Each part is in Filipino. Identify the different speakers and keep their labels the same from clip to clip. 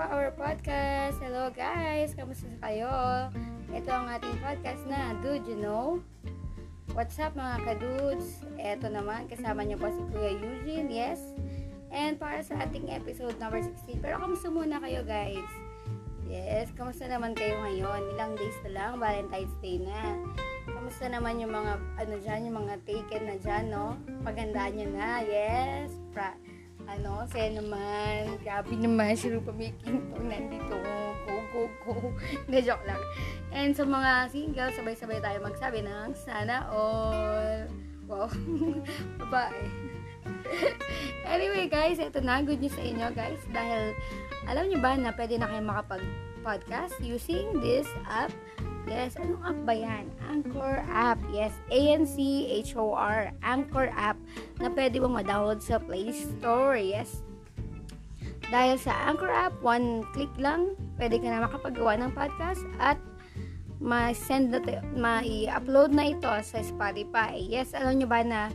Speaker 1: our podcast. Hello guys, kamusta kayo? Ito ang ating podcast na Dude You Know? What's up mga kadudes? Eto naman, kasama niyo po si Kuya Eugene, yes? And para sa ating episode number 16, pero kamusta muna kayo guys? Yes, kamusta naman kayo ngayon? Ilang days na lang, Valentine's Day na. Kamusta naman yung mga, ano dyan, yung mga taken na dyan, no? Pagandaan nyo na, yes? Pra, ano, saya naman. Grabe naman, si Rupa May Quinto nandito. Go, go, go. Na joke lang. And sa mga single, sabay-sabay tayo magsabi ng sana all. Wow. Babae. anyway guys, ito na. Good news sa inyo guys. Dahil alam niyo ba na pwede na kayo makapag-podcast using this app? Yes, anong app ba yan? Anchor app. Yes, A-N-C-H-O-R. Anchor app na pwede mong ma-download sa Play Store. Yes. Dahil sa Anchor app, one click lang, pwede ka na makapagawa ng podcast at ma-send na, to- ma-upload na ito sa Spotify. Yes, alam nyo ba na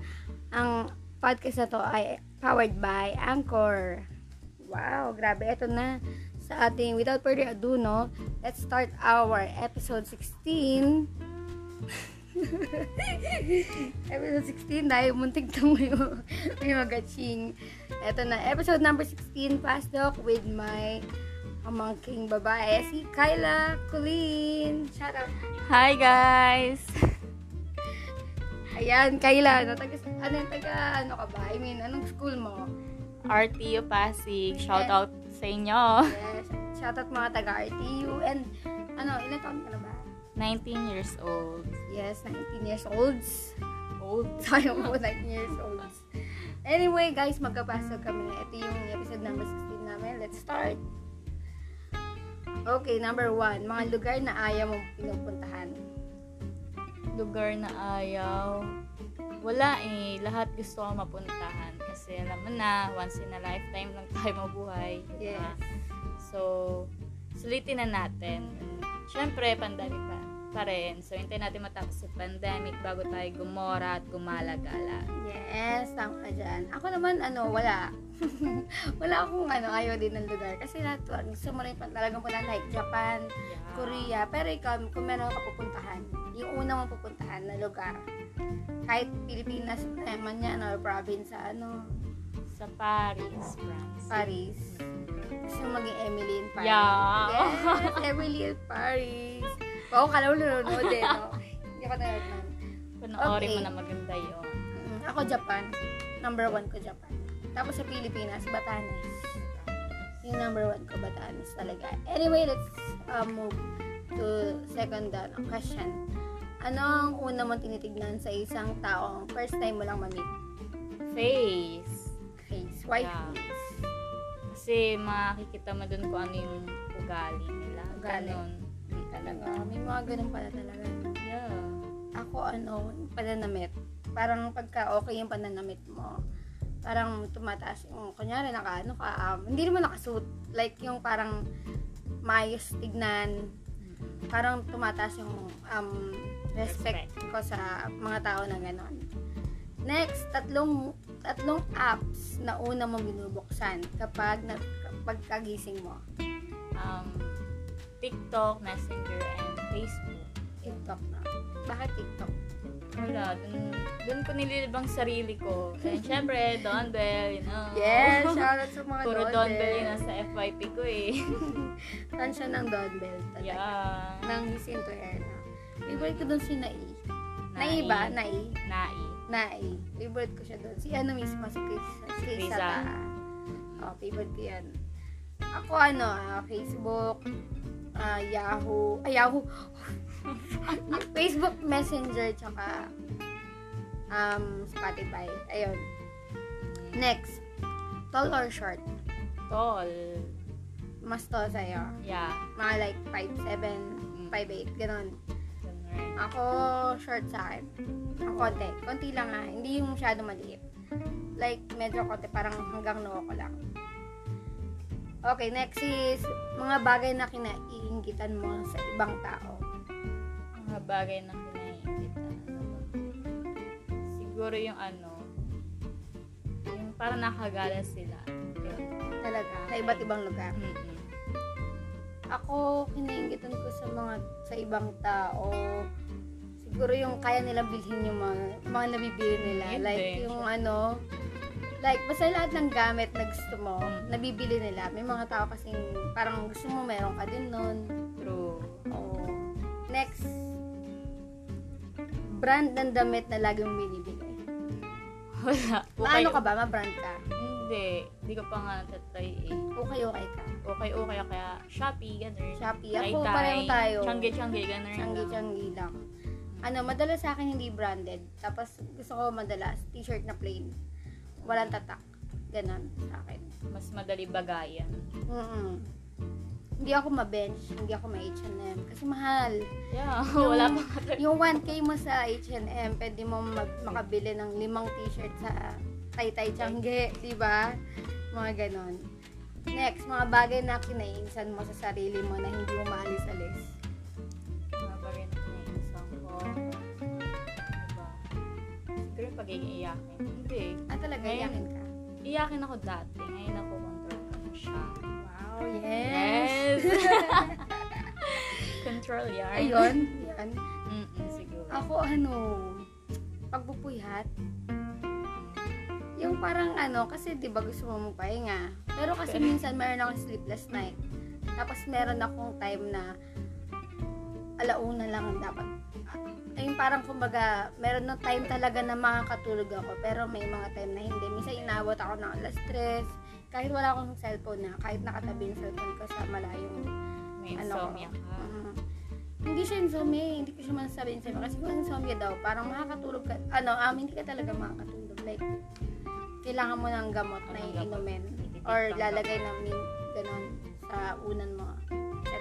Speaker 1: ang podcast na to ay powered by Anchor. Wow, grabe. Ito na sa ating, without further ado, no, let's start our episode 16. episode 16, dahil muntik na may, may magaching. Ito na, episode number 16, Fast Talk with my amangking babae, si Kyla Colleen. Shout out.
Speaker 2: Hi guys!
Speaker 1: Ayan, Kyla, ano, taga, ano, yung taga, ano ka ba? I mean, anong school mo?
Speaker 2: RTU Pasig, shout out sa inyo!
Speaker 1: Yes, shout out mga taga RTU and ano, ilan taon ka na ba?
Speaker 2: 19 years old.
Speaker 1: Yes, 19 years olds.
Speaker 2: Old?
Speaker 1: Sayang mo, 19 years olds. Anyway, guys, magkapasok kami. Ito yung episode number 16 namin. Let's start. Okay, number one. Mga lugar na ayaw mong pinupuntahan.
Speaker 2: Lugar na ayaw. Wala eh, lahat gusto ko mapuntahan. Kasi alam mo na, once in a lifetime lang tayo mabuhay. di
Speaker 1: Yes.
Speaker 2: ba? So, sulitin na natin. Siyempre, pandemic pa, pa rin. So, hintayin natin matapos sa pandemic bago tayo gumora at gumala-gala.
Speaker 1: Yes, tama ka dyan. Ako naman, ano, wala. wala akong ano, ayaw din ng lugar. Kasi lahat, gusto mo rin pa talagang punta like Japan,
Speaker 2: Yeah.
Speaker 1: Korea. Pero ikaw, kung meron ka pupuntahan, yung una mong pupuntahan na lugar, kahit Pilipinas naman yan, or province sa ano,
Speaker 2: Sa Paris, France.
Speaker 1: Paris. Gusto mo maging Emily in Paris.
Speaker 2: Yeah.
Speaker 1: Yes, Emily in Paris. Oo, kala mo nanonood eh, no? Hindi ako nanonood. nun.
Speaker 2: Panoorin mo
Speaker 1: Okay.
Speaker 2: na maganda yun.
Speaker 1: Mm, Ako, Japan. Number one ko, Japan. Tapos sa Pilipinas, Batanes. Yung number one ko, Batanes talaga. Anyway, let's uh, move to second down ang question. Ano ang una mong tinitignan sa isang taong first time mo lang mamit?
Speaker 2: Face.
Speaker 1: Face. White
Speaker 2: Yeah.
Speaker 1: face.
Speaker 2: Kasi makikita mo dun kung ano yung ugali nila.
Speaker 1: Ugali.
Speaker 2: Ganon.
Speaker 1: Talaga. May mga ganun pala talaga.
Speaker 2: Yeah.
Speaker 1: Ako, ano, pananamit. Parang pagka okay yung pananamit mo, parang tumataas yung, kunyari, naka, ano ka, um, hindi naman nakasuit. Like, yung parang maayos tignan, parang tumataas yung um, respect, ko sa mga tao na gano'n. Next, tatlong tatlong apps na una mong binubuksan kapag na, kapag kagising mo.
Speaker 2: Um, TikTok, Messenger, and Facebook.
Speaker 1: TikTok na. Bakit TikTok?
Speaker 2: Wala. Dun, dun ko nililibang sarili ko. And syempre, Don Bell, you know.
Speaker 1: Yes, shoutout sa mga
Speaker 2: Puro Don
Speaker 1: doorbell.
Speaker 2: Bell yung nasa FYP ko eh.
Speaker 1: Fan siya ng doorbell talaga.
Speaker 2: yeah.
Speaker 1: Ng Listen to Erna. Favorite ko doon si Nai. Nai
Speaker 2: Nai.
Speaker 1: ba? Nai.
Speaker 2: Nai.
Speaker 1: Nai. Favorite ko siya doon. Si ano mismo, si Chris. Si Chris ah.
Speaker 2: Krisa.
Speaker 1: Sata. Oh, favorite ko yan. Ako ano, ah, Facebook, ah, Yahoo, ah, Yahoo. Facebook Messenger, tsaka um, Spotify. Ayun. Next, tall or short?
Speaker 2: Tall.
Speaker 1: Mas tall sa'yo.
Speaker 2: Yeah. Mm.
Speaker 1: Mga like 5'7", 5'8", ganun.
Speaker 2: Ganun rin.
Speaker 1: Ako, short sa akin. Ang konti. Konti lang ah. Hindi yung masyado maliit. Like, medyo konti. Parang hanggang noo ko lang. Okay, next is mga bagay na kinaiingitan mo sa ibang tao.
Speaker 2: mga bagay na kinaiingitan. Ano ba? Siguro yung ano, yung parang nakagala sila. Yun.
Speaker 1: Talaga. Sa iba't ibang lugar.
Speaker 2: Mm-mm.
Speaker 1: Ako, kinainggitan ko sa mga, sa ibang tao, siguro yung kaya nilang bilhin yung mga, mga nabibili nila.
Speaker 2: Yun
Speaker 1: like,
Speaker 2: din.
Speaker 1: yung ano, like, basta lahat ng gamit na gusto mo,
Speaker 2: Mm.
Speaker 1: nabibili nila. May mga tao kasing parang gusto mo, meron ka din nun.
Speaker 2: True.
Speaker 1: Oo. Next, brand ng damit na laging binibigay.
Speaker 2: Wala.
Speaker 1: Paano ka ba? Ma-brand ka?
Speaker 2: Hindi. Hindi ko pa nga natatry eh.
Speaker 1: Okay-okay ka.
Speaker 2: Okay-okay kaya Shopee, ganun.
Speaker 1: Shopee. Ako, pareho tayo.
Speaker 2: Changi-changi, ganun. lang.
Speaker 1: Changi-changi lang. Ano, madalas sa akin hindi branded. Tapos gusto ko madalas t-shirt na plain. Walang tatak. Ganon sa akin.
Speaker 2: Mas madali bagayan.
Speaker 1: Mm-mm. Hindi ako ma-bench, hindi ako ma-H&M. Kasi mahal.
Speaker 2: Yeah,
Speaker 1: Yung-
Speaker 2: wala pa nga tayo.
Speaker 1: Yung 1K mo sa H&M, pwede mo mag- makabili ng limang t-shirt sa Taytay Changge, di ba? Mga ganon. Next, mga bagay na kinaiinsan mo sa sarili mo na hindi mo maalis-alis.
Speaker 2: Mga pa rin na isang ko. Diba? Siguro yung pagiging iyakin. Hindi.
Speaker 1: Ah, talaga,
Speaker 2: Ngayon-
Speaker 1: yakin ka.
Speaker 2: Iyakin ako dati. Ngayon ako control ko na siya.
Speaker 1: Wow,
Speaker 2: Yes! control yarn.
Speaker 1: Ayun, yan.
Speaker 2: Mm-mm, siguro.
Speaker 1: Ako ano, pagbupuyat. Yung parang ano, kasi 'di ba gusto mo magpahinga. Pero kasi
Speaker 2: Pero-
Speaker 1: minsan meron akong sleepless night. Tapos meron akong time na alauna lang ang dapat. Ay, parang kumbaga, meron na time talaga na makakatulog ako. Pero may mga time na hindi. Minsan inabot ako ng alas 3. Kahit wala akong cellphone na, kahit nakatabi yung cellphone ko sa malayong
Speaker 2: May
Speaker 1: ano ko.
Speaker 2: insomnia ka.
Speaker 1: Ah. Hindi siya insomnia, eh. hindi ko siya masasabihin sa iba. Kasi kung insomnia daw, parang makakatulog ka, ano, um, hindi ka talaga makakatulog. Like, kailangan mo ng gamot na
Speaker 2: Anong gamot?
Speaker 1: iinumin
Speaker 2: Tititik
Speaker 1: or
Speaker 2: lang
Speaker 1: lalagay ng mint, ganun, sa unan mo, etc.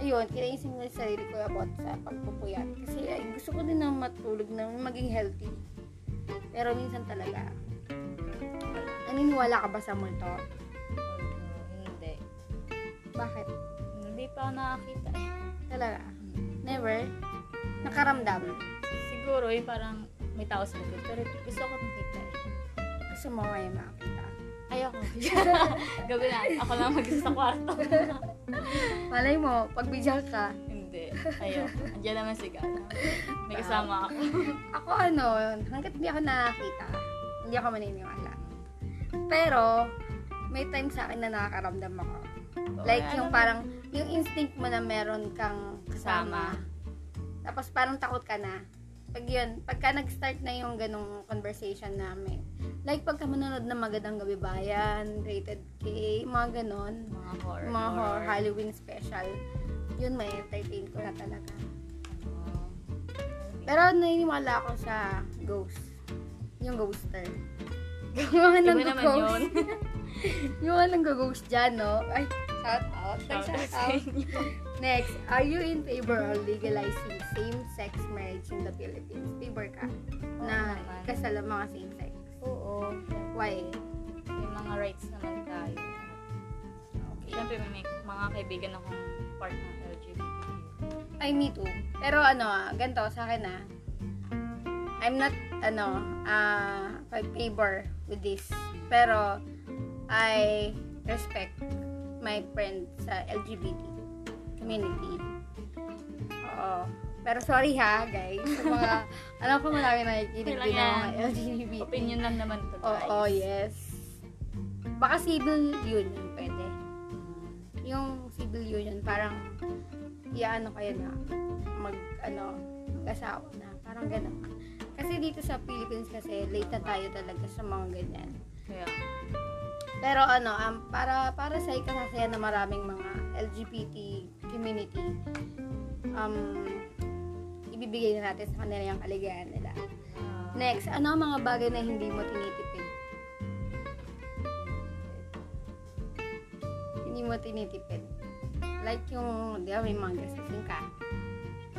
Speaker 1: Ayun, kinaisip ko yung sarili ko about sa pagpupuyat. Kasi ay, gusto ko din na matulog na maging healthy. Pero minsan talaga, naniniwala ka ba sa multo?
Speaker 2: Hindi.
Speaker 1: Bakit?
Speaker 2: Hindi pa ako nakakita.
Speaker 1: Talaga? Never? Nakaramdam?
Speaker 2: Mm. Siguro eh, parang may tao sa likod. Pero gusto ko makita eh.
Speaker 1: Gusto mo ngayon makita?
Speaker 2: Ayoko. Gabi na. Ako lang mag sa kwarto.
Speaker 1: Malay mo, pagbigyan ka.
Speaker 2: Hindi. Ayoko. Andiyan naman si Gala. May kasama ako.
Speaker 1: Ako ano, hanggat hindi ako nakakita, hindi ako maniniwala. Pero, may time sa akin na nakakaramdam ako. Like
Speaker 2: Ano
Speaker 1: yung
Speaker 2: naman?
Speaker 1: parang, yung instinct mo na meron kang kasama.
Speaker 2: Kasama.
Speaker 1: Tapos parang takot ka na. Pag yun, pagka nag-start na yung ganong conversation namin. Like pagka manonood ng Magandang Gabi Bayan, Rated K, mga ganon.
Speaker 2: Mga horror.
Speaker 1: mga horror, Halloween special. Yun, may entertain ko na talaga. Pero naniniwala ako sa ghost. Yung ghoster. Yung mga
Speaker 2: Iba naman yun.
Speaker 1: nag-ghost. yung mga nag-ghost dyan, no? Ay, shout out. Shout,
Speaker 2: Shout out sa
Speaker 1: out.
Speaker 2: inyo.
Speaker 1: Next, are you in favor of legalizing same-sex marriage in the Philippines? Favor ka?
Speaker 2: Oo
Speaker 1: na
Speaker 2: naman.
Speaker 1: kasal ang mga same-sex.
Speaker 2: Oo.
Speaker 1: Why?
Speaker 2: May mga rights naman tayo.
Speaker 1: Okay.
Speaker 2: Siyempre may may mga kaibigan akong part ng LGBTQ.
Speaker 1: Ay, me too. Pero ano, ah, ganito sa akin ah. I'm not, ano, ah, uh, favor with this. Pero, I respect my friend sa LGBT community. Oo. Pero sorry ha, guys. Sa mga, alam ko marami nakikinig
Speaker 2: Kailangan.
Speaker 1: din ng mga LGBT.
Speaker 2: Opinion lang naman to
Speaker 1: Oo,
Speaker 2: guys.
Speaker 1: yes. Baka civil union pwede. Yung civil union, parang, iaano kayo na, mag, ano, mag-asawa na. Parang ganun. Kasi dito sa Philippines kasi, late na tayo talaga sa mga ganyan.
Speaker 2: Kaya,
Speaker 1: Pero ano, um, para para sa ikasasaya na maraming mga LGBT community, um, ibibigay na natin sa kanila yung kaligayahan nila.
Speaker 2: ah,
Speaker 1: Next, ano ang mga bagay na hindi mo tinitipid? Hindi mo tinitipid. Like yung, di ba, may mga gastusin ka.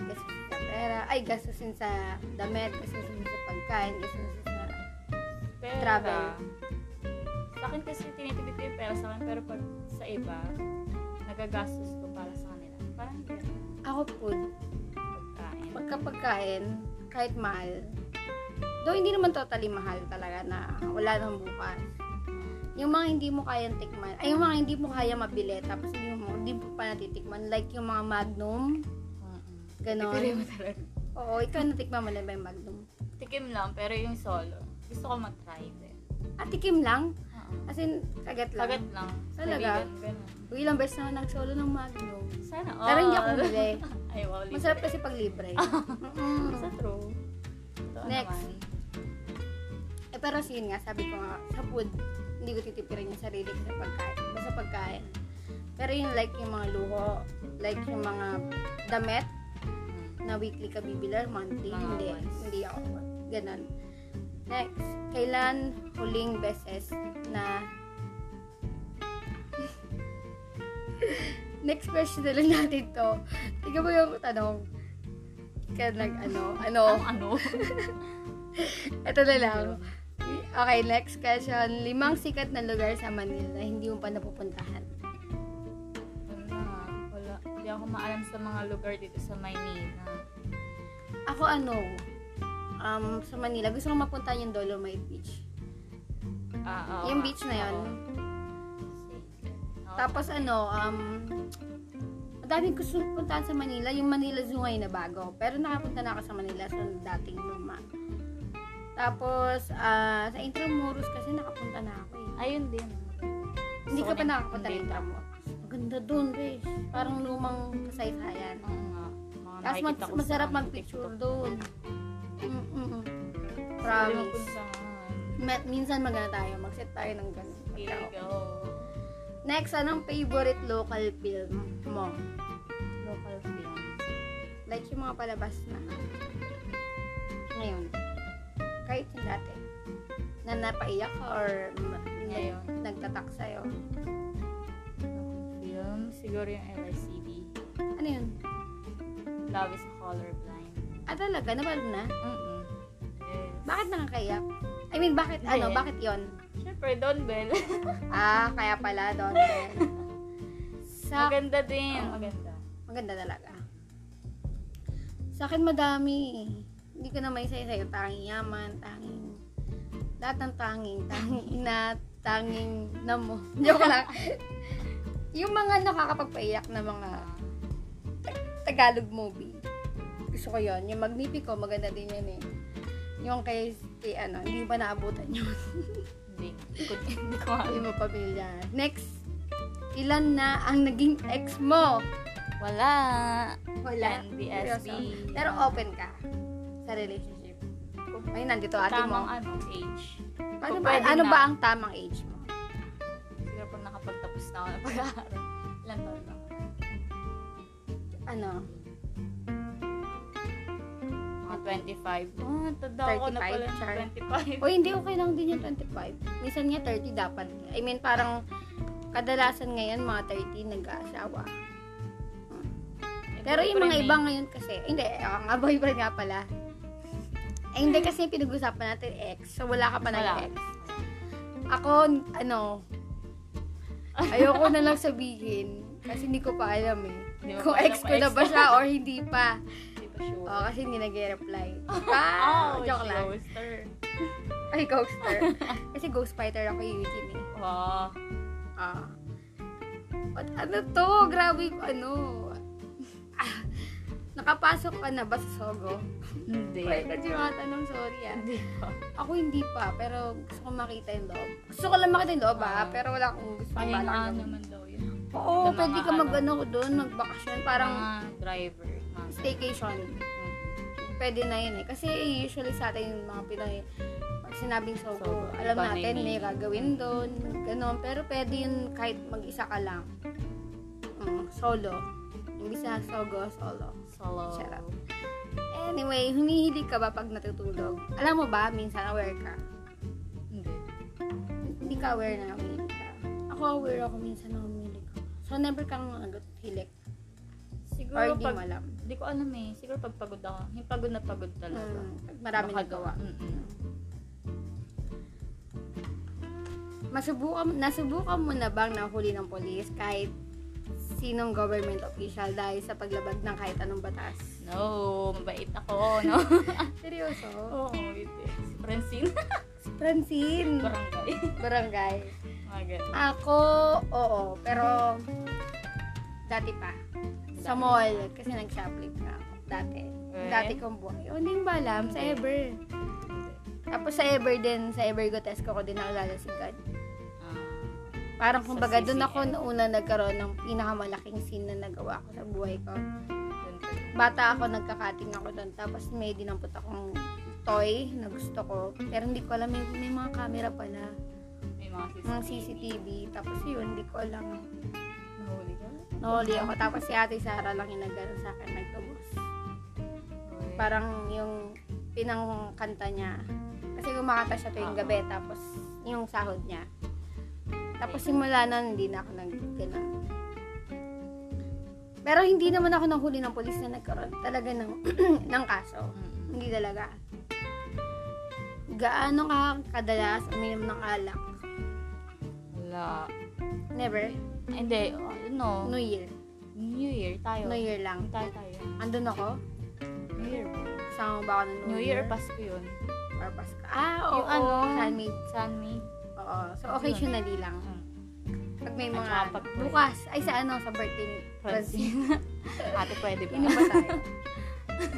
Speaker 1: Gastusin sa pera. Ay, gastusin sa damit, gastusin sa pagkain, gastusin sa...
Speaker 2: pera.
Speaker 1: Travel.
Speaker 2: ah, Sa akin kasi tinitipid ko yung pera sa akin, pero pag sa iba, nagagastos ko para sa kanila. Parang ganun.
Speaker 1: Ako food.
Speaker 2: Pagkain.
Speaker 1: Pagka pagkain, kahit mahal. Though hindi naman totally mahal talaga na wala nang bukas. yung mga hindi mo kayang tikman, ay yung mga hindi mo kaya mabili, tapos hindi mo, hindi mo pa natitikman, like yung mga Magnum,
Speaker 2: Mm-mm. Pero
Speaker 1: ganon.
Speaker 2: yung talaga.
Speaker 1: Oo, ikaw natikman mo na ba yung Magnum?
Speaker 2: Tikim lang, pero yung solo. Gusto ko mag-try din.
Speaker 1: Ah, tikim lang?
Speaker 2: Oo.
Speaker 1: As in, kagat lang?
Speaker 2: Kagat lang.
Speaker 1: Talaga?
Speaker 2: Kaibigan, ganun.
Speaker 1: Uy, ilang beses naman nagsolo ng Magnum.
Speaker 2: Sana all.
Speaker 1: Pero hindi ako bumili.
Speaker 2: Ay, wow. libre.
Speaker 1: Masarap kasi pag libre. Mm-mm.
Speaker 2: Sa true. Ito
Speaker 1: Next.
Speaker 2: naman.
Speaker 1: Eh, pero so yun nga, sabi ko nga, sa food, hindi ko titipirin yung sarili ko sa pagkain. Sa pagkain. Pero yung like yung mga luho, like yung mga damit na weekly ka bibila, monthly,
Speaker 2: Mga
Speaker 1: hindi.
Speaker 2: Ah, once.
Speaker 1: Hindi ako. Ganon. Next, kailan huling beses na Next question na lang natin to. Tingnan mo yung tanong. Kaya nag ano, ano.
Speaker 2: Ang ano?
Speaker 1: Ito na lang. Okay, next question. Limang sikat na lugar sa Manila na hindi mo pa napupuntahan.
Speaker 2: Wala. Wala. Hindi ako maalam sa mga lugar dito sa Maynila.
Speaker 1: Ako ano, um, sa Manila, gusto kong mapuntahan yung Dolomite Beach.
Speaker 2: Ah, oo
Speaker 1: Yung
Speaker 2: nga.
Speaker 1: beach na yun.
Speaker 2: Oo. Sige. Oh. Oo.
Speaker 1: Tapos ano, um, ang daming gusto kong puntahan sa Manila. Yung Manila Zoo ngayon na bago. Pero nakapunta na ako sa Manila sa dating luma. Tapos, ah, sa Intramuros kasi nakapunta na ako eh.
Speaker 2: Ayun din.
Speaker 1: Hindi ka
Speaker 2: Gusto ko
Speaker 1: pa
Speaker 2: din-
Speaker 1: nakapunta ng
Speaker 2: hindi pa.
Speaker 1: Intramuros. Ang ganda dun, guys. Parang lumang kasaysayan.
Speaker 2: Oo nga. Mga
Speaker 1: Tapos
Speaker 2: nakikita
Speaker 1: mas-
Speaker 2: ko sa
Speaker 1: masarap
Speaker 2: ano,
Speaker 1: mag-picture
Speaker 2: TikTok.
Speaker 1: doon. Mm-mm.
Speaker 2: Sabi mo
Speaker 1: Promise.
Speaker 2: kung saan.
Speaker 1: Ma- minsan magana tayo. Mag-set tayo ng ganun.
Speaker 2: Here we go.
Speaker 1: Next, anong favorite local film mo?
Speaker 2: Local film.
Speaker 1: Like yung mga palabas na ngayon. Kahit yung dati. Na napaiyak ka or ma-
Speaker 2: Ngayon.
Speaker 1: nagtatak sa'yo.
Speaker 2: Local film. Siguro yung LRCB.
Speaker 1: Ano yun?
Speaker 2: Love is colorblind.
Speaker 1: Ah, talaga? Napalo na?
Speaker 2: Mm-mm. Yes.
Speaker 1: Bakit nakakaiyak? I mean, bakit
Speaker 2: Hindi.
Speaker 1: ano? Bakit yon?
Speaker 2: Siyempre, Don Bell.
Speaker 1: Ah, kaya pala doon. Sa
Speaker 2: Maganda din.
Speaker 1: Oo.
Speaker 2: Maganda.
Speaker 1: Maganda talaga. Sa akin madami. eh. Hindi ko na may isa-isa yung tanging yaman, tanging lahat ng tanging, tanging ina, tanging namo. Joke lang. yung mga nakakapagpaiyak na mga Tagalog movie. Gusto ko yon Yung Magnifico, maganda din yun eh. Yung kay, kay ano, hindi ba naabutan yun?
Speaker 2: Hindi. Hindi ko- Hindi ko alam.
Speaker 1: yung mga pamilya. Next, ilan na ang naging ex mo?
Speaker 2: Wala.
Speaker 1: Wala.
Speaker 2: NBSB.
Speaker 1: Seryoso. Pero open ka sa relationship. Ay, nandito ate mo.
Speaker 2: Tamang ano, age.
Speaker 1: Paano
Speaker 2: kung
Speaker 1: ba,
Speaker 2: pwede
Speaker 1: ano
Speaker 2: na.
Speaker 1: ba ang tamang age mo?
Speaker 2: Siguro pag nakapagtapos na ako ng pag-aaral. Ilan taon na ako?
Speaker 1: Ano?
Speaker 2: Mga 25. Ah, tanda ako na
Speaker 1: 35,
Speaker 2: pala.
Speaker 1: char.
Speaker 2: 25.
Speaker 1: O hindi, okay lang din yung 25. Minsan nga 30 dapat. I mean, parang kadalasan ngayon mga 30 nag-aasawa.
Speaker 2: Eh,
Speaker 1: Pero yung mga
Speaker 2: boyfriend
Speaker 1: iba ngayon kasi, hindi, ako nga boyfriend nga pala. Eh, hindi kasi pinag-usapan natin ex. So, wala ka pa
Speaker 2: eh.
Speaker 1: ng
Speaker 2: Wala.
Speaker 1: ex. Ako, n- ano, ayoko na lang sabihin kasi hindi ko pa alam eh.
Speaker 2: Hindi mo
Speaker 1: Kung
Speaker 2: pa alam
Speaker 1: ex
Speaker 2: kung
Speaker 1: ko na
Speaker 2: ex
Speaker 1: ba siya or hindi pa.
Speaker 2: Hindi pa sure.
Speaker 1: Oo, kasi hindi nag-reply. Ah,
Speaker 2: oh,
Speaker 1: joke lang.
Speaker 2: Roaster.
Speaker 1: Ay, ghoster. kasi ghost fighter ako yung Eugene eh.
Speaker 2: Wow.
Speaker 1: Ah. What, ano to? Grabe yung ano. Ah, Nakapasok ka na ba sa Sogo?
Speaker 2: Hindi.
Speaker 1: Ay, kasi mga tanong, sorry ah.
Speaker 2: Hindi pa.
Speaker 1: Ako hindi pa, pero gusto ko makita yung loob. Gusto ko lang makita yung loob ah,
Speaker 2: Ah.
Speaker 1: pero wala akong gusto kong
Speaker 2: Ayun
Speaker 1: balak
Speaker 2: na
Speaker 1: na-
Speaker 2: naman daw yun.
Speaker 1: Oo,
Speaker 2: Sa mga
Speaker 1: pwede ka mag
Speaker 2: ano. Ah.
Speaker 1: ano doon, magbakasyon. Parang
Speaker 2: Parang driver. Mga
Speaker 1: staycation.
Speaker 2: Mm.
Speaker 1: Pwede na yun eh. Kasi usually sa atin yung mga Pinoy, pag sinabing sogo,
Speaker 2: Sogo,
Speaker 1: alam
Speaker 2: iba na
Speaker 1: natin
Speaker 2: yung
Speaker 1: may
Speaker 2: meaning.
Speaker 1: gagawin doon, ganun. Pero pwede yun kahit mag-isa ka lang. Mm, solo. Imbis na sogo, solo.
Speaker 2: Solo.
Speaker 1: Shut up. Anyway, humihilig ka ba pag natutulog? Alam mo ba, minsan aware ka.
Speaker 2: Hindi.
Speaker 1: Hindi ka aware na humihilig ka. Ako aware ako minsan na humihilig ako. So, never kang nagot hilik. Or
Speaker 2: Siguro
Speaker 1: di
Speaker 2: pag...
Speaker 1: mo alam.
Speaker 2: Hindi ko alam eh. Siguro pag pagod ako. Yung pagod na pagod talaga.
Speaker 1: Mm, pag marami
Speaker 2: Baka
Speaker 1: nagawa.
Speaker 2: Mm-mm.
Speaker 1: Masubukan, nasubukan mo na bang nahuli ng polis kahit sinong government official dahil sa paglabag ng kahit anong batas?
Speaker 2: No, mabait ako, no?
Speaker 1: Seryoso?
Speaker 2: Oo, oh, it is. Francine
Speaker 1: Francine,
Speaker 2: Barangay.
Speaker 1: barangay.
Speaker 2: Mga ganun.
Speaker 1: Ako, oo. Pero, dati pa. Sa
Speaker 2: Dati.
Speaker 1: mall. Kasi nag-shoplift na ako. Dati.
Speaker 2: Eh?
Speaker 1: Dati kong buhay. O, hindi mo ba alam? Sa
Speaker 2: Hindi.
Speaker 1: Ever. Tapos sa Ever din, sa Ever Gotesco ko din nakalala si God.
Speaker 2: Ah,
Speaker 1: Parang
Speaker 2: Sa
Speaker 1: kumbaga, doon
Speaker 2: CCM.
Speaker 1: ako una nagkaroon ng pinakamalaking scene na nagawa ko sa buhay ko.
Speaker 2: dun ko.
Speaker 1: Bata ako, nagkakating ako doon. Tapos may dinampot akong toy na gusto ko. Pero hindi ko alam, may, may mga camera pala.
Speaker 2: May mga
Speaker 1: Mga
Speaker 2: CCTV.
Speaker 1: CCTV. Tapos yun, hindi ko alam.
Speaker 2: Nahuli ka?
Speaker 1: Nahuli ako. Tapos si Ate Sara lang yung nagano sa akin, nagtubos.
Speaker 2: Okay.
Speaker 1: Parang yung pinangkanta niya. Kasi kumakanta siya tuwing
Speaker 2: Oo.
Speaker 1: gabi. Tapos yung sahod niya. Tapos simula nun, hindi na ako nag ganun. Pero hindi naman ako nahuli ng polis na nagkaroon talaga ng, ng kaso.
Speaker 2: Mm-mm.
Speaker 1: Hindi talaga. Gaano ka kadalas uminom ng alak?
Speaker 2: Wala. Ah,
Speaker 1: Never.
Speaker 2: Hindi, ano,
Speaker 1: New Year.
Speaker 2: New Year tayo.
Speaker 1: New Year lang.
Speaker 2: Tayo tayo.
Speaker 1: Andun ako.
Speaker 2: New Year po.
Speaker 1: Kasama mo ba ako ng
Speaker 2: New Year, Pasko yun.
Speaker 1: Or Pasko. Ah, oo.
Speaker 2: Yung ano,
Speaker 1: handmade.
Speaker 2: San Hmm. May.
Speaker 1: Oo. So, occasionally lang. Pag may mga...
Speaker 2: At saka pag-
Speaker 1: bukas. Ay, sa ano, sa birthday ni Francine.
Speaker 2: Francine. Ate, pwede ba?
Speaker 1: Ino ba tayo?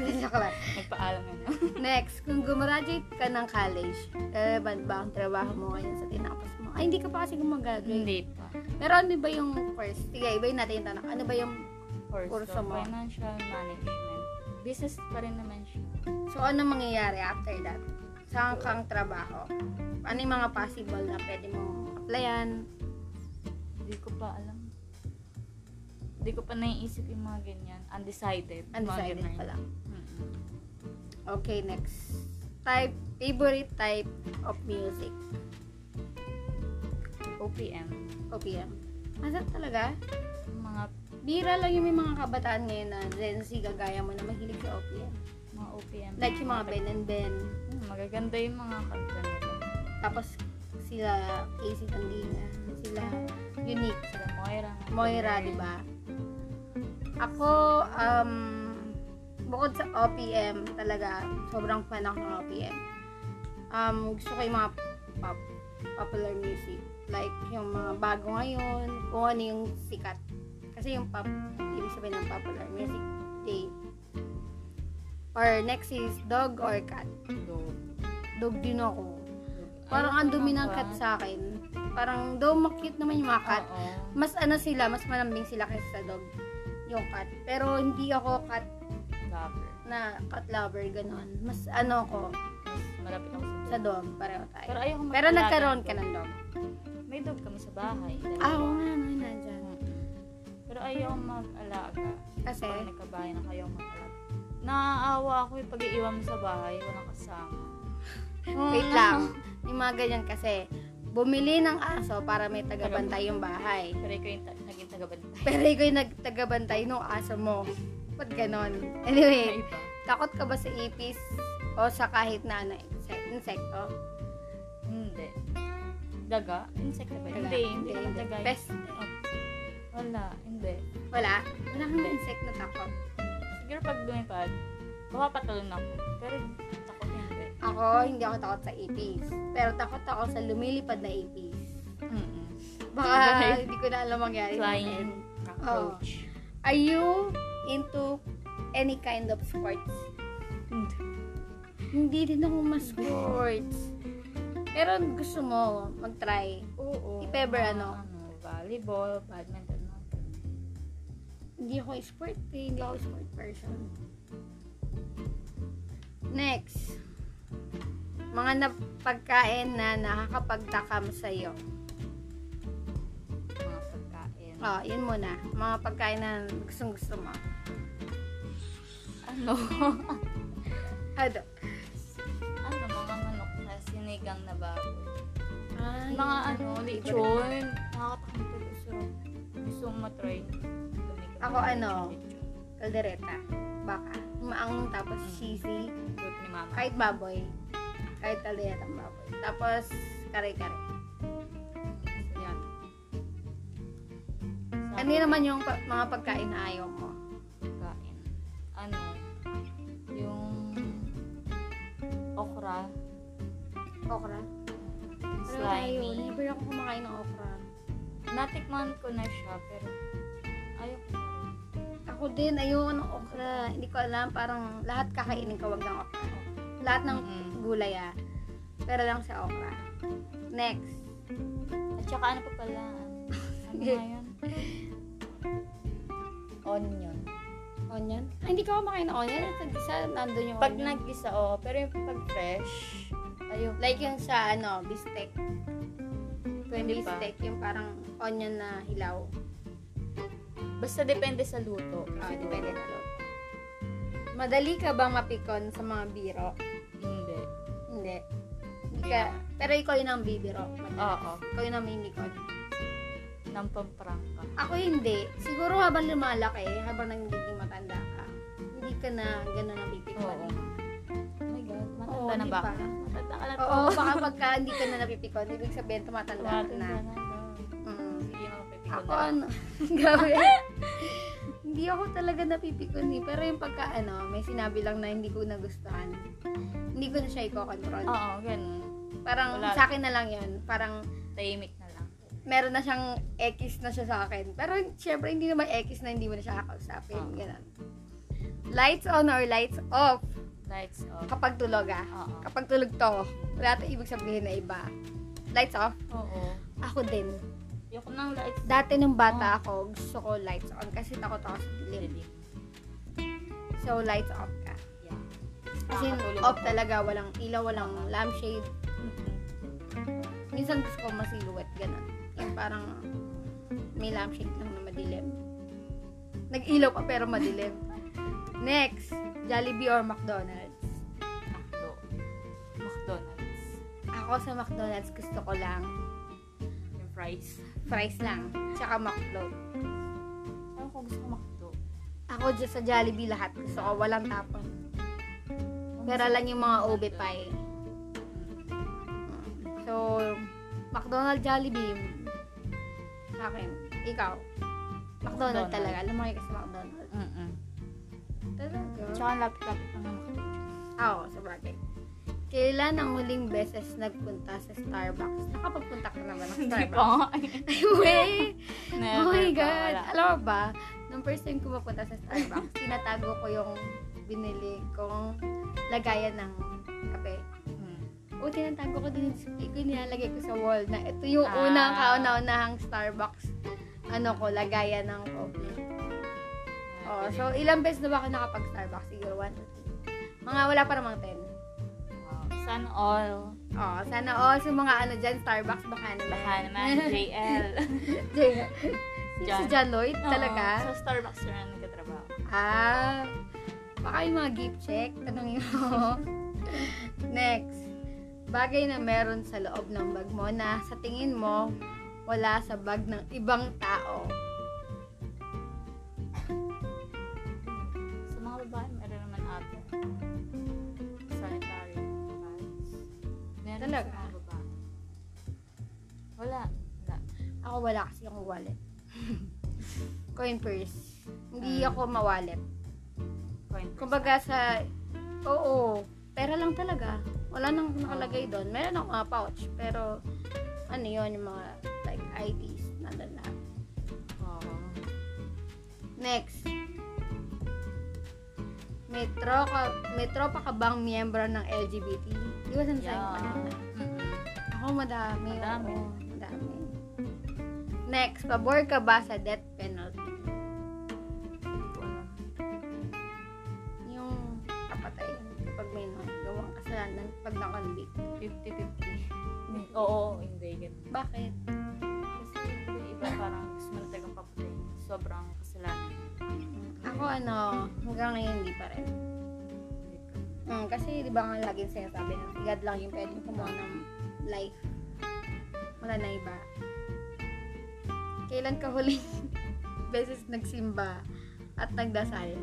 Speaker 1: eh. Joke lang.
Speaker 2: Nagpaalam na.
Speaker 1: Next, kung gumraduate ka ng college, relevant ba ang trabaho mo ngayon sa tinapos mo? Ay, hindi ka pa kasi gumagraduate.
Speaker 2: Hindi pa.
Speaker 1: Pero ano ba yung course? Sige, ibayin natin yung tanong. Ano ba yung...
Speaker 2: Course
Speaker 1: Kurso
Speaker 2: of
Speaker 1: mo.
Speaker 2: Financial Management. Business pa rin naman siya.
Speaker 1: So, ano mangyayari after that? Saan kang trabaho? Ano yung mga possible na pwede mong applyan?
Speaker 2: Hindi ko pa alam. Hindi ko pa naiisip yung mga ganyan. Undecided. Mga
Speaker 1: Undecided
Speaker 2: ganun.
Speaker 1: pa lang.
Speaker 2: Mm-mm.
Speaker 1: Okay, next. Type, favorite type of music?
Speaker 2: OPM.
Speaker 1: OPM. Masa talaga?
Speaker 2: Yung Mga,
Speaker 1: Bira lang yung may mga kabataan ngayon na Gen Z kagaya mo na mahilig sa OPM.
Speaker 2: mga OPM.
Speaker 1: Like yung mga Ben and Ben.
Speaker 2: Hmm, Magaganda yung mga kanta nila.
Speaker 1: Tapos sila Casey Tandina. Sila Unique.
Speaker 2: Sila Moira. nga.
Speaker 1: Moira, di ba? Ako, um, bukod sa OPM, talaga, sobrang fan ako ng OPM. Um, gusto ko yung mga pop, popular music. Like, yung mga bago ngayon, kung ano yung sikat. Kasi yung pop, ibig sabihin ng popular music day. Or next is dog or cat.
Speaker 2: Dog.
Speaker 1: Dog din ako.
Speaker 2: Dog.
Speaker 1: Parang
Speaker 2: Ayaw
Speaker 1: ang
Speaker 2: ko
Speaker 1: dumi
Speaker 2: na
Speaker 1: ng
Speaker 2: ba?
Speaker 1: cat sa akin. Parang, though cute naman yung mga cat,
Speaker 2: Oo.
Speaker 1: mas ano sila, mas malambing sila kaysa sa dog, yung cat. Pero hindi ako cat
Speaker 2: Lover.
Speaker 1: na cat lover, ganun. Mas ano ko,
Speaker 2: Mas malapit ako sa dog.
Speaker 1: sa dog, pareho tayo.
Speaker 2: Pero ayoko
Speaker 1: Pero
Speaker 2: mag-alaga
Speaker 1: nagkaroon ka
Speaker 2: dog.
Speaker 1: ng dog.
Speaker 2: May dog kami sa bahay.
Speaker 1: Ah,
Speaker 2: dalawa.
Speaker 1: oo nga, no, nandyan.
Speaker 2: Pero ayaw mag-alaga.
Speaker 1: Kasi,
Speaker 2: Pag nagkabahay na kayo mag-alaga. Naaawa ako yung pag iiwan mo sa bahay, walang kasama.
Speaker 1: wait lang, yung mga ganyan kasi, bumili ng aso para may tagabantay yung bahay.
Speaker 2: Pero ikaw yung ta- naging tagabantay.
Speaker 1: Pero ikaw yung nagtagabantay ng aso mo. Ba't ganon? Anyway,
Speaker 2: Iba.
Speaker 1: takot ka ba sa ipis o sa kahit na ano, inse- insekto?
Speaker 2: Hindi. Daga? Insect na ba? yun? Hindi, hindi naman daga. yun.
Speaker 1: Pest.
Speaker 2: Wala, hindi.
Speaker 1: Wala. Wala kang insect na takot.
Speaker 2: Siguro pag lumipad, mapapatalon ako. Pero takot hindi.
Speaker 1: Ako, hindi ako takot sa ipis. Pero takot ako sa lumilipad na ipis.
Speaker 2: Mm-mm.
Speaker 1: Baka hindi ko na alam mangyari. sa akin.
Speaker 2: Flying cockroach.
Speaker 1: Are you into any kind of sports?
Speaker 2: Hindi.
Speaker 1: Hindi din ako mas sports. Pero gusto mo mag-try.
Speaker 2: Oo.
Speaker 1: If ever,
Speaker 2: Mga,
Speaker 1: ano?
Speaker 2: volleyball, badminton. mga ganun.
Speaker 1: Hindi ako sport eh. Hindi ako sport person. Next. Mga nap- pagkain na nakakapagtakam sa'yo.
Speaker 2: Mga pagkain.
Speaker 1: Oh, yun muna. Mga pagkain na gustong gusto mo.
Speaker 2: Ano?
Speaker 1: Ano?
Speaker 2: ano, mga manok na sinigang na baboy.
Speaker 1: Ay,
Speaker 2: Mga ano, lechon. Nakakatakam ko gusto. Gusto kong matry. Tumigil
Speaker 1: Ako,
Speaker 2: ng
Speaker 1: ano?
Speaker 2: lechon.
Speaker 1: Kaldereta. Baka. Maangang tapos cheesy.
Speaker 2: Good ni mama.
Speaker 1: Kahit baboy. Kahit kaldereta ang baboy. Tapos, kare-kare.
Speaker 2: Yan. Sa
Speaker 1: Ano yun naman yung pa- mga pagkain na ayaw mo?
Speaker 2: pagkain? Ano? Yung okra.
Speaker 1: Okra. Ano
Speaker 2: Slimy.
Speaker 1: Never ako kumakain ng okra.
Speaker 2: natikman ko na siya, pero ayaw ko na rin.
Speaker 1: Ako din, ayoko ng okra. Hindi ko alam, parang lahat kakainin ko wag ng okra. Lahat ng
Speaker 2: Mm-mm.
Speaker 1: gulay ah. Pero lang sa okra. Next.
Speaker 2: At saka ano pa pala? Ano nga yan? Onion.
Speaker 1: Onion? Ah, hindi ko kumakain ng onion. At isa, nandun yung
Speaker 2: Pag
Speaker 1: onion.
Speaker 2: nag-isa, oo. Pero yung pag fresh, ayaw.
Speaker 1: Like yung sa, ano, bistek.
Speaker 2: Pwede
Speaker 1: yung
Speaker 2: pa.
Speaker 1: bistek, yung parang onion na hilaw.
Speaker 2: Basta depende sa luto.
Speaker 1: Ah,
Speaker 2: siguro.
Speaker 1: depende na loob. Madali ka bang mapikon sa mga biro?
Speaker 2: Hindi.
Speaker 1: Hindi. Hindi Ah. ka, pero ikaw yun ang bibiro. madalas.
Speaker 2: Oo.
Speaker 1: Ikaw yun ang mimikon.
Speaker 2: Nang pamprangka.
Speaker 1: Ako hindi. Siguro habang lumalaki, habang nagiging matanda ka, hindi ka na gano'n napipikon.
Speaker 2: Oo. Oh my God. Matanda
Speaker 1: Oo,
Speaker 2: na
Speaker 1: di
Speaker 2: ba?
Speaker 1: ba?
Speaker 2: ako? Matanda ka na to.
Speaker 1: Oo, baka pagka hindi ka na napipikon, ibig sabihin tumatanda ka
Speaker 2: Matanda
Speaker 1: na.
Speaker 2: na. daw.
Speaker 1: Mm.
Speaker 2: Sige, mapipigil
Speaker 1: Ako
Speaker 2: na lang.
Speaker 1: ano, gabi. hindi ako talaga napipikon eh. Pero yung pagka ano, may sinabi lang na hindi ko nagustuhan. Hindi ko na siya i-control.
Speaker 2: Oo, ganun.
Speaker 1: Parang
Speaker 2: Ah, Wala.
Speaker 1: sa akin na lang yun. Parang
Speaker 2: Tahimik na lang.
Speaker 1: meron na siyang X na siya sa akin. Pero syempre, hindi naman X na hindi mo na siya kakausapin.
Speaker 2: Oo.
Speaker 1: Ganun. Lights on or lights off
Speaker 2: Lights off.
Speaker 1: kapag tulog ah.
Speaker 2: Oo.
Speaker 1: Kapag tulog to, wala to ibig sabihin na iba. Lights off?
Speaker 2: Oo.
Speaker 1: Ako din.
Speaker 2: Yung nang lights
Speaker 1: Dati nung bata ako, gusto ko lights on kasi takot ako sa dilim.
Speaker 2: Dilim.
Speaker 1: So, lights off ka.
Speaker 2: Yeah.
Speaker 1: As in,
Speaker 2: Nakakatulog
Speaker 1: off
Speaker 2: ako.
Speaker 1: talaga. Walang ilaw, walang lampshade.
Speaker 2: Mhm.
Speaker 1: Minsan gusto ko masiluwet, ganun. Yung parang may lampshade lang na madilim. Nag-ilaw pa pero madilim. Next, Jollibee or McDonald's?
Speaker 2: Macdo. McDonald's.
Speaker 1: Ako sa McDonald's gusto ko lang
Speaker 2: Yung fries.
Speaker 1: fries lang, tsaka McFlog.
Speaker 2: Saan ko gusto ko Macdo?
Speaker 1: Ako dyan sa Jollibee lahat gusto ko, walang tapon. Pero lang yung mga ube pie. So, McDonald's, Jollibee, sa akin, ikaw. McDonald's
Speaker 2: McDonald's.
Speaker 1: talaga, lumaki ka sa McDonald's.
Speaker 2: Mm-mm.
Speaker 1: Talaga?
Speaker 2: Tsaka ang lapit-lapit ng mga
Speaker 1: Oo, sa bagay. Kailan ang huling beses nagpunta sa Starbucks? Nakapagpunta ka naman ng
Speaker 2: Hindi pa.
Speaker 1: Starbucks? Anyway,
Speaker 2: Never
Speaker 1: oh my
Speaker 2: pa,
Speaker 1: God.
Speaker 2: wala.
Speaker 1: Alam mo ba, nung first time ko mapunta sa Starbucks, tinatago ko yung binili kong lagayan ng kape.
Speaker 2: Mm.
Speaker 1: O, tinatago ko din yung display ko, nilalagay ko sa wall na ito yung
Speaker 2: Ah.
Speaker 1: unang kauna-unahang Starbucks ano ko, lagayan ng coffee. Oh, so ilang beses na ba ako nakapag-Starbucks? Siguro 1 to 3. Mga wala pa namang 10.
Speaker 2: Wow. Sun all.
Speaker 1: Oh, sana all sa mga ano dyan, Starbucks, baka ano naman.
Speaker 2: Baka naman, JL.
Speaker 1: J- Si
Speaker 2: John.
Speaker 1: John Lloyd, talaga?
Speaker 2: Oo, Sa Starbucks na nagkatrabaho.
Speaker 1: Ah, baka yung mga gift check, tanongin mo. Next, bagay na meron sa loob ng bag mo na sa tingin mo, wala sa bag ng ibang tao.
Speaker 2: Sa mga babae, meron naman ata. Sanitary pads. Meron
Speaker 1: Talaga?
Speaker 2: sa mga babae. Wala. Wala.
Speaker 1: Ako wala kasi yung wallet. Coin purse. Hindi ako mawallet.
Speaker 2: Coin purse.
Speaker 1: Kumbaga sa, oo, pera lang talaga. Wala nang nakalagay doon. Meron akong mga pouch, pero ano yon yung mga like IDs, nandun na.
Speaker 2: Oo.
Speaker 1: Next. May tropa, may tropa ka bang miyembro ng LGBT? Di ba sinasabi ko
Speaker 2: Yeah.
Speaker 1: kanina?
Speaker 2: Mm-mm.
Speaker 1: Ako madami.
Speaker 2: Madami.
Speaker 1: oo, madami. Next, pabor ka ba sa death penalty?
Speaker 2: Hindi ko alam.
Speaker 1: Yung kapatay kapag may gawang kasalanan pag na-convict.
Speaker 2: 50-50. Oo, hindi. Ganun.
Speaker 1: Bakit?
Speaker 2: Kasi yung iba parang gusto mo na talagang papatay. Sobrang kasalanan.
Speaker 1: Ako ano, hanggang ngayon hindi pa rin.
Speaker 2: Hindi ko.
Speaker 1: Mm, kasi di ba nga laging sinasabi na si God lang yung pwedeng kumuha ng life. Wala na iba. Kailan ka huling beses nagsimba at nagdasal?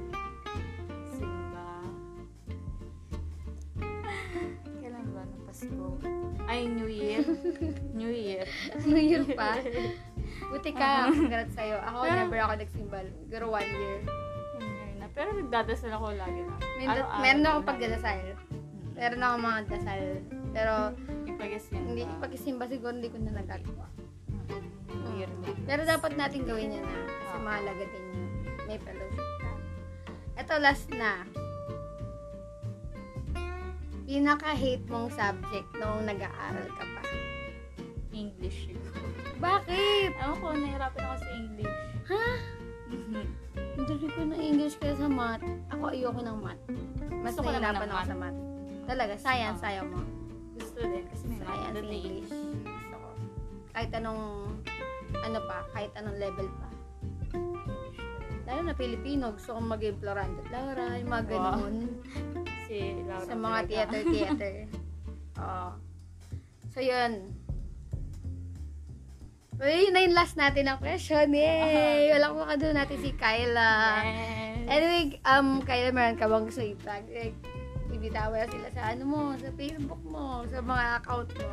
Speaker 2: Simba. Kailan ba ng Pasko? Ay, New Year. New Year.
Speaker 1: Ano year pa? Buti ka, congrats sa'yo. Ako never ako nagsimba. Siguro one year.
Speaker 2: New Year na. Pero nagdadasal ako lagi na.
Speaker 1: Meron, meron ako pagdadasal. Meron ako mga dasal. Pero
Speaker 2: Ipagas yun.
Speaker 1: hindi
Speaker 2: ba?
Speaker 1: pagkisimba siguro hindi ko na nagagawa.
Speaker 2: New Year na.
Speaker 1: Pero dapat natin gawin yun na. Kasi
Speaker 2: Oo.
Speaker 1: mahalaga din yun. May fellowship ka. Ito, last na. Pinaka-hate mong subject noong nag-aaral ka pa.
Speaker 2: English siguro.
Speaker 1: Bakit?
Speaker 2: Ewan ko, nahirapan ako sa English.
Speaker 1: Ha?
Speaker 2: Mhm.
Speaker 1: Hindi ko na English kaya sa math. Ako ayoko ng math. Mas
Speaker 2: Gusto ko naman
Speaker 1: nahihirapan
Speaker 2: ng
Speaker 1: ako
Speaker 2: math.
Speaker 1: sa math. Talaga, science,
Speaker 2: Oo.
Speaker 1: ayaw mo.
Speaker 2: Gusto din kasi may mga
Speaker 1: Science,
Speaker 2: doon eh.
Speaker 1: English. Gusto ko. Kahit anong, ano pa, kahit anong level pa. Lalo na Pilipino, gusto kong maging Florando Laura, yung mga
Speaker 2: Wow.
Speaker 1: ganun.
Speaker 2: Si Laura
Speaker 1: Sa mga
Speaker 2: talaga.
Speaker 1: theater-theater. Oo. So, yun. Uy, yun na yung last natin ng question. Yay! Walang mukha doon natin si Kyla.
Speaker 2: Yes.
Speaker 1: Anyway, um, Kyla, meron ka bang gusto i-tag? Like, ibitawa sila sa ano mo, sa Facebook mo, sa mga account mo.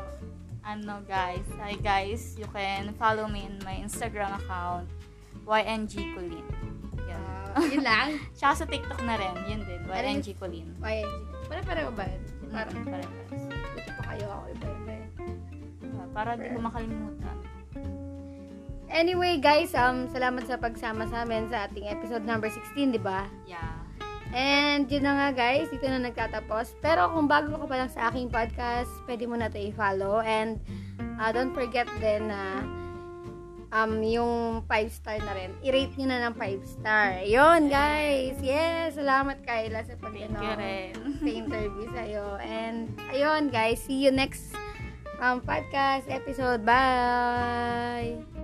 Speaker 2: ano guys, hi guys, you can follow me in my Instagram account, YNG Colleen. Yun.
Speaker 1: Ah, yun lang.
Speaker 2: Tsaka sa TikTok na rin, yun din,
Speaker 1: Ano
Speaker 2: YNG Colleen.
Speaker 1: YNG. Pare-pareho ba yun?
Speaker 2: Para,
Speaker 1: Parang,
Speaker 2: para,
Speaker 1: buti pa kayo ako iba-iba eh.
Speaker 2: para, para di ko makalimutan.
Speaker 1: Anyway, guys, um, salamat sa pagsama sa amin sa ating episode number 16, di ba?
Speaker 2: Yeah.
Speaker 1: And yun na nga guys, dito na nagtatapos. Pero kung bago ka pa lang sa aking podcast, pwede mo na ito i-follow. And ah, don't forget din na um, yung 5 star na rin. I-rate nyo na ng 5 star. Yun guys! Yes! Salamat Kyla sa pag
Speaker 2: Thank you
Speaker 1: ano,
Speaker 2: rin.
Speaker 1: sa interview sa'yo. And ayun guys, see you next um, podcast episode. Bye!